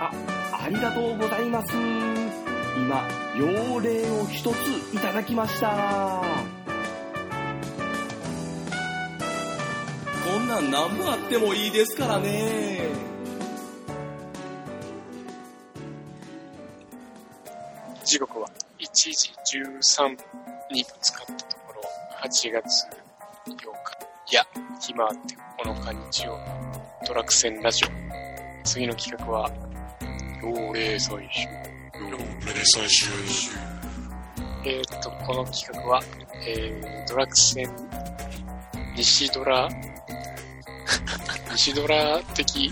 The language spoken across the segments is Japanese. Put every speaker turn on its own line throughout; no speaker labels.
あ、ありがとうございます。今、用例を一ついただきました。こんなん何もあってもいいですからね。
時刻は1時13分にぶつかったところ、8月8日、いや、暇あって9日日曜日、ドラクセンラジオ。次の企画は、幼霊採集。
よプレ最終
えー、っと、この企画は、えー、ドラクセン、西ドラ、西ドラ的、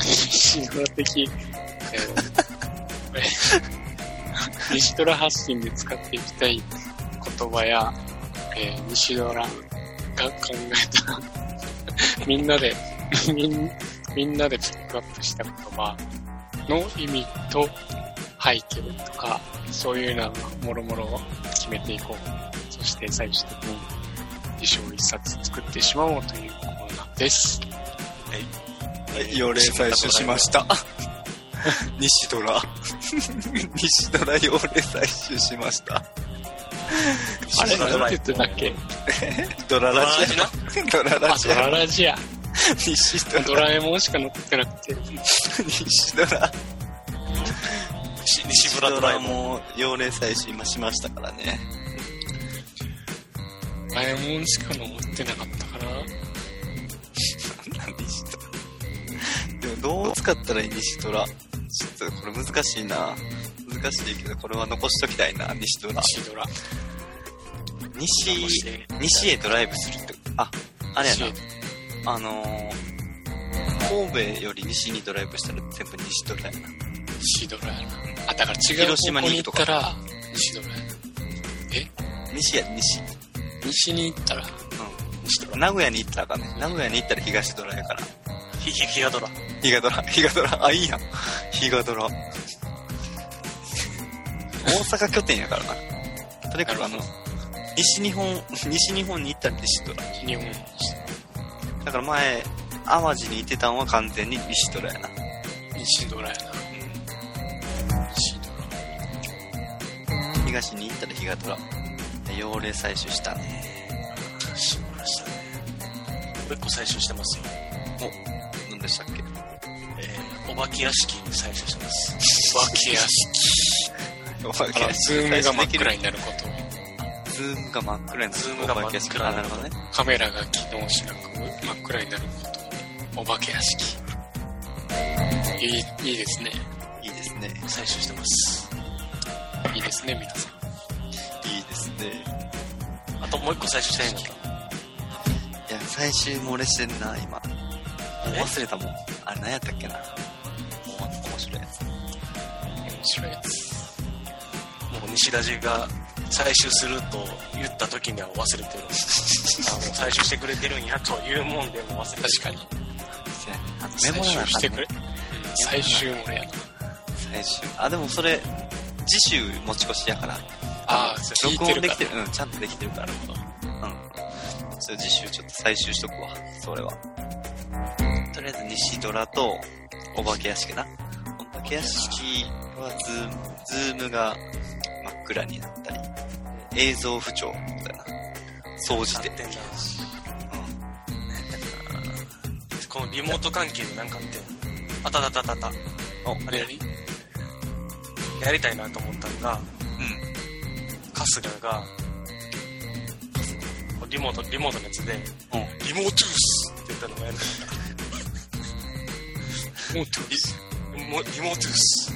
西ドラ的、えー西ドラ発信で使っていきたい言葉や、えー西ドラが考え た、みんなで、 みんみんなでピックアップした言葉の意味と背景とか、そういうのはもろもろ決めていこう。そして最終的に辞書を一冊作ってしまおうというコーナーです。
はい、幼霊採取しました。西ドラ。西ドラ幼霊採取しました。
あれなんて言ってたっけ
ドララジア。ドララ
あ、
ジ
ド
ア。
ララジア。
西ド
ド
ラ。
ラえもんしか載ってなくて。
西ドラ。
し西村ドラえもん。
も幼霊採取今しましたからね。
ドラえもんしか載ってなかったかな。
何西ドラ。でもどう使ったらいい西ドラ。ちょっとこれ難しいな。難しいけど、これは残しときたいな、西ドラ。
シドラ。
西、西へドライブするって、あ、あれやな、あのー、神戸より西にドライブしたら全部西ドラやな。
シドラやな。あ、だから違う
広島
方向
に
に
行く
行
と
っ
か
たら、西ドラやな。
西や、西。
西に行ったら、西ドラ。
名古屋に行ったらあかんね。名古屋に行ったら東ドラやから。
ひひひがドラ。
ヒガドラ、ヒガドラ、あ、いいやん。ヒガドラ。大阪拠点やからな。とにかくあの、西日本、西日本に行ったら西ドラ。
日本に。
だから前、淡路にいてたんは完全に西ドラやな。
西ドラやな。西ドラ。
東に行ったら日がドラ妖霊採取したね
しましたね。もう一個採集してますよ。
何でしたっけ
えー、お化け屋敷採集してます。
分けやす
お化
だから、ズームが真っ暗になる ことを。
ズームが真っ暗になる
ズームが真っ暗
お化け屋敷あなるほどね
カメラが起動しなく真っ暗になることお化け屋敷いいいいですね
いいですね
採集してます。
いいですね皆さん
いいですね
あともう一個採集したいんだけど。
いや最終漏れしてんな今もう
え
忘れたもんあれ何やったっけなもう面白いやつ
面白いやつ
もう西ラジが採集すると言った時には忘れてる。あもう採集してくれてるんやというもんでもう忘れてる。
確かに
せやねあのメ
最
モらな
終
あ
し
か
て
ん
く
ね
れ最終もやな
最終あでもそれ次週持ち越しやから
ああ聞い
録
て
音
る
で
か
きて
ら
るうんちゃんとできてるからうんそれ次週ちょっと最終しとくわそれはとりあえず西ドラとお化け屋敷なお化け屋敷はズームズームが真っ暗になったり映像不調みたいな総じ
なっててんな。このリモート関係でなんかあって、あたたたたた、
お
あれより
やりたいなと思ったのが、
うん
春日が、リモート、リモートのやつで、
うん
リモートゥースって言ったのがやり たい
もうトゥース
リモリモートゥース。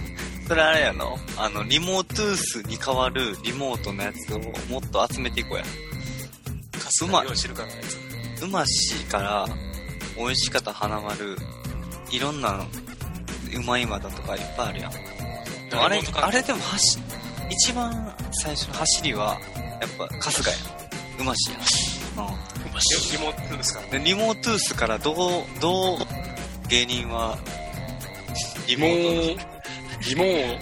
それあれやのあのリモートゥースに代わるリモートのやつをもっと集めていこうやう
春
まい
日用意してるからのやつ。
うましから、美味しかった花丸、いろんな、うまいまだとかいっぱいあるやん。でもあれ、あれでも走、一番最初の走りは、やっぱ、春日やん。うましやん。う
うまし
リモートゥースから。
ん。で、リモートゥースから、どう、どう、芸人は、リ
疑問を疑問を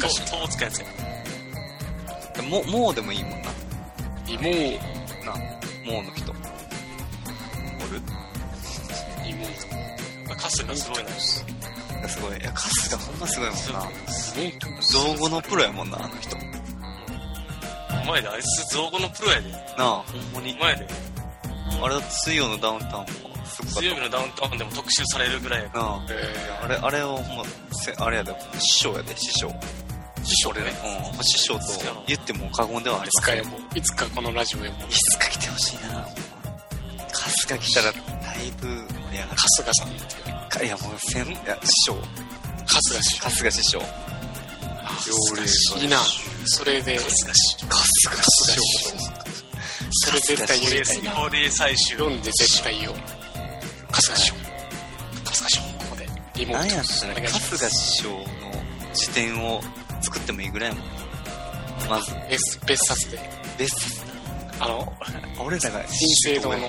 難しい。そうつくやつや。
トも、もうでもいいもんな。
疑問を
な、もうの人。おる
疑問
まあ、春日すごいな。
がすごい。いや、カスがほんますごいもんな。
すげえと
造語のプロやもんな、あの人。な
お前であいつ造語のプロやで。
あ、
ほんまに。前で、
あれだって水曜のダウンタウンもすごかっ
水曜日のダウンタウンでも特集されるぐらい や
た。
か
なあ。
え
あれ、あれをほんま、せあれやで、師匠やで、師匠。
ら。師匠でね。
うん、師匠と言っても過言ではあ
ーい
り
つ
ませ
か
ん。い
やもう、いつかこのラジオやもう、
つか来てほしいな。カスが来たら、だいぶ盛り上がる。
春日さんっていう、
かいや、もう、せん、いや、師匠。
春日氏。
春日師匠。
春日氏いいな。それで、
春日師匠。
それ絶対言えたいな。
OD 最終。
読んで絶対言おう。春日氏。春日氏、ここで。リモート。
なんやったら、
お願
春
いし
日
ます
師匠の辞典を作ってもいいぐらいやもん。まず、
別別冊で。
ベス
あの、
ト、俺らが
新生堂の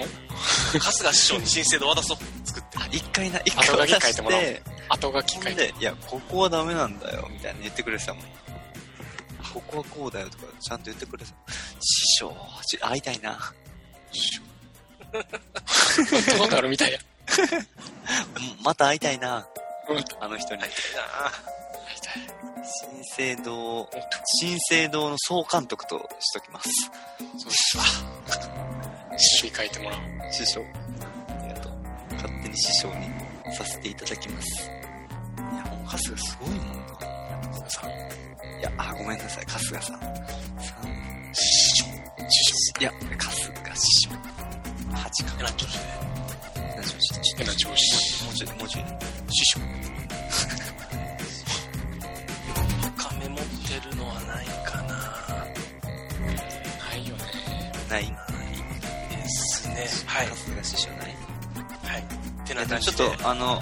春日師匠に新生堂渡そう。 作って。
あ一回な、一
後書
回
き
渡
書
して
いてもらおう後書き
ほ
書
ん
いて。
で、いや、ここはダメなんだよ、みたいな言ってくれてたもん。ここはこうだよとか、ちゃんと言ってくれてた。師匠、ち会いたいな。
どうなるみたいや。
うんまた会いたいな、
うん。
あの人に。
な
新生堂、新生堂の総監督としときます。
そうですわ。詩書いてもらおう。
師匠、ありがとう。勝手に師匠にさせていただきます。いや、もう春日すごいもんな。春日さん。いや、あ、ごめんなさい、春日さん。さん師匠、師匠。いや、春日師匠。八か。
えらっとして
大丈夫、師匠。
変な調子。
もうちょい、もうちょい。
師匠。
他メモってるのはないかな
ないよね。
ない。
ないですね。はい。
春日師匠ない。
はい。ってな
でも
感
ち
じ
ょっ
で、
と、あの、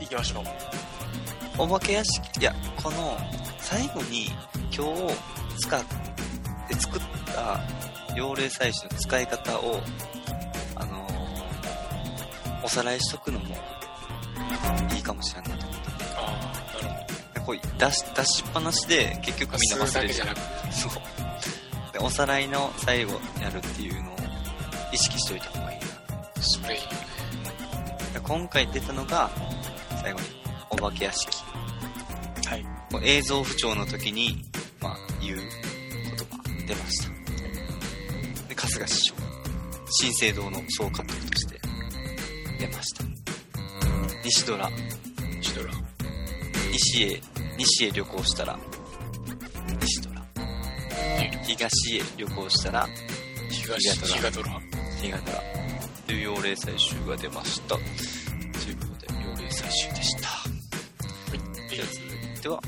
行きましょう。
お化け屋敷、いや、この、最後に、今日、使って作った、幼霊採取の使い方を、あのーおさらいしとくのも、いいかもしれんないと思って
ああ、なるほ
で。こう出し、出しっぱなしで、結局
ど。
みん
数
な忘
だ
れ
け
て
じゃ
る。
なく、
そう。で、おさらいの最後やるっていうのを、意識しといた方がいいな。
それいいよね。
で今回出たのが、最後に、お化け屋敷。
はい。
映像不調の時に、まあ、言う言葉出ましたで春日師匠新生堂の総監督として出ました西ドラ
シドラ。
西へ西へ旅行したら西ドラ東へ旅行したら
東、
東
東がドラ。
新潟という幼霊採集が出ましたということで幼霊採集でした
いいやつ
では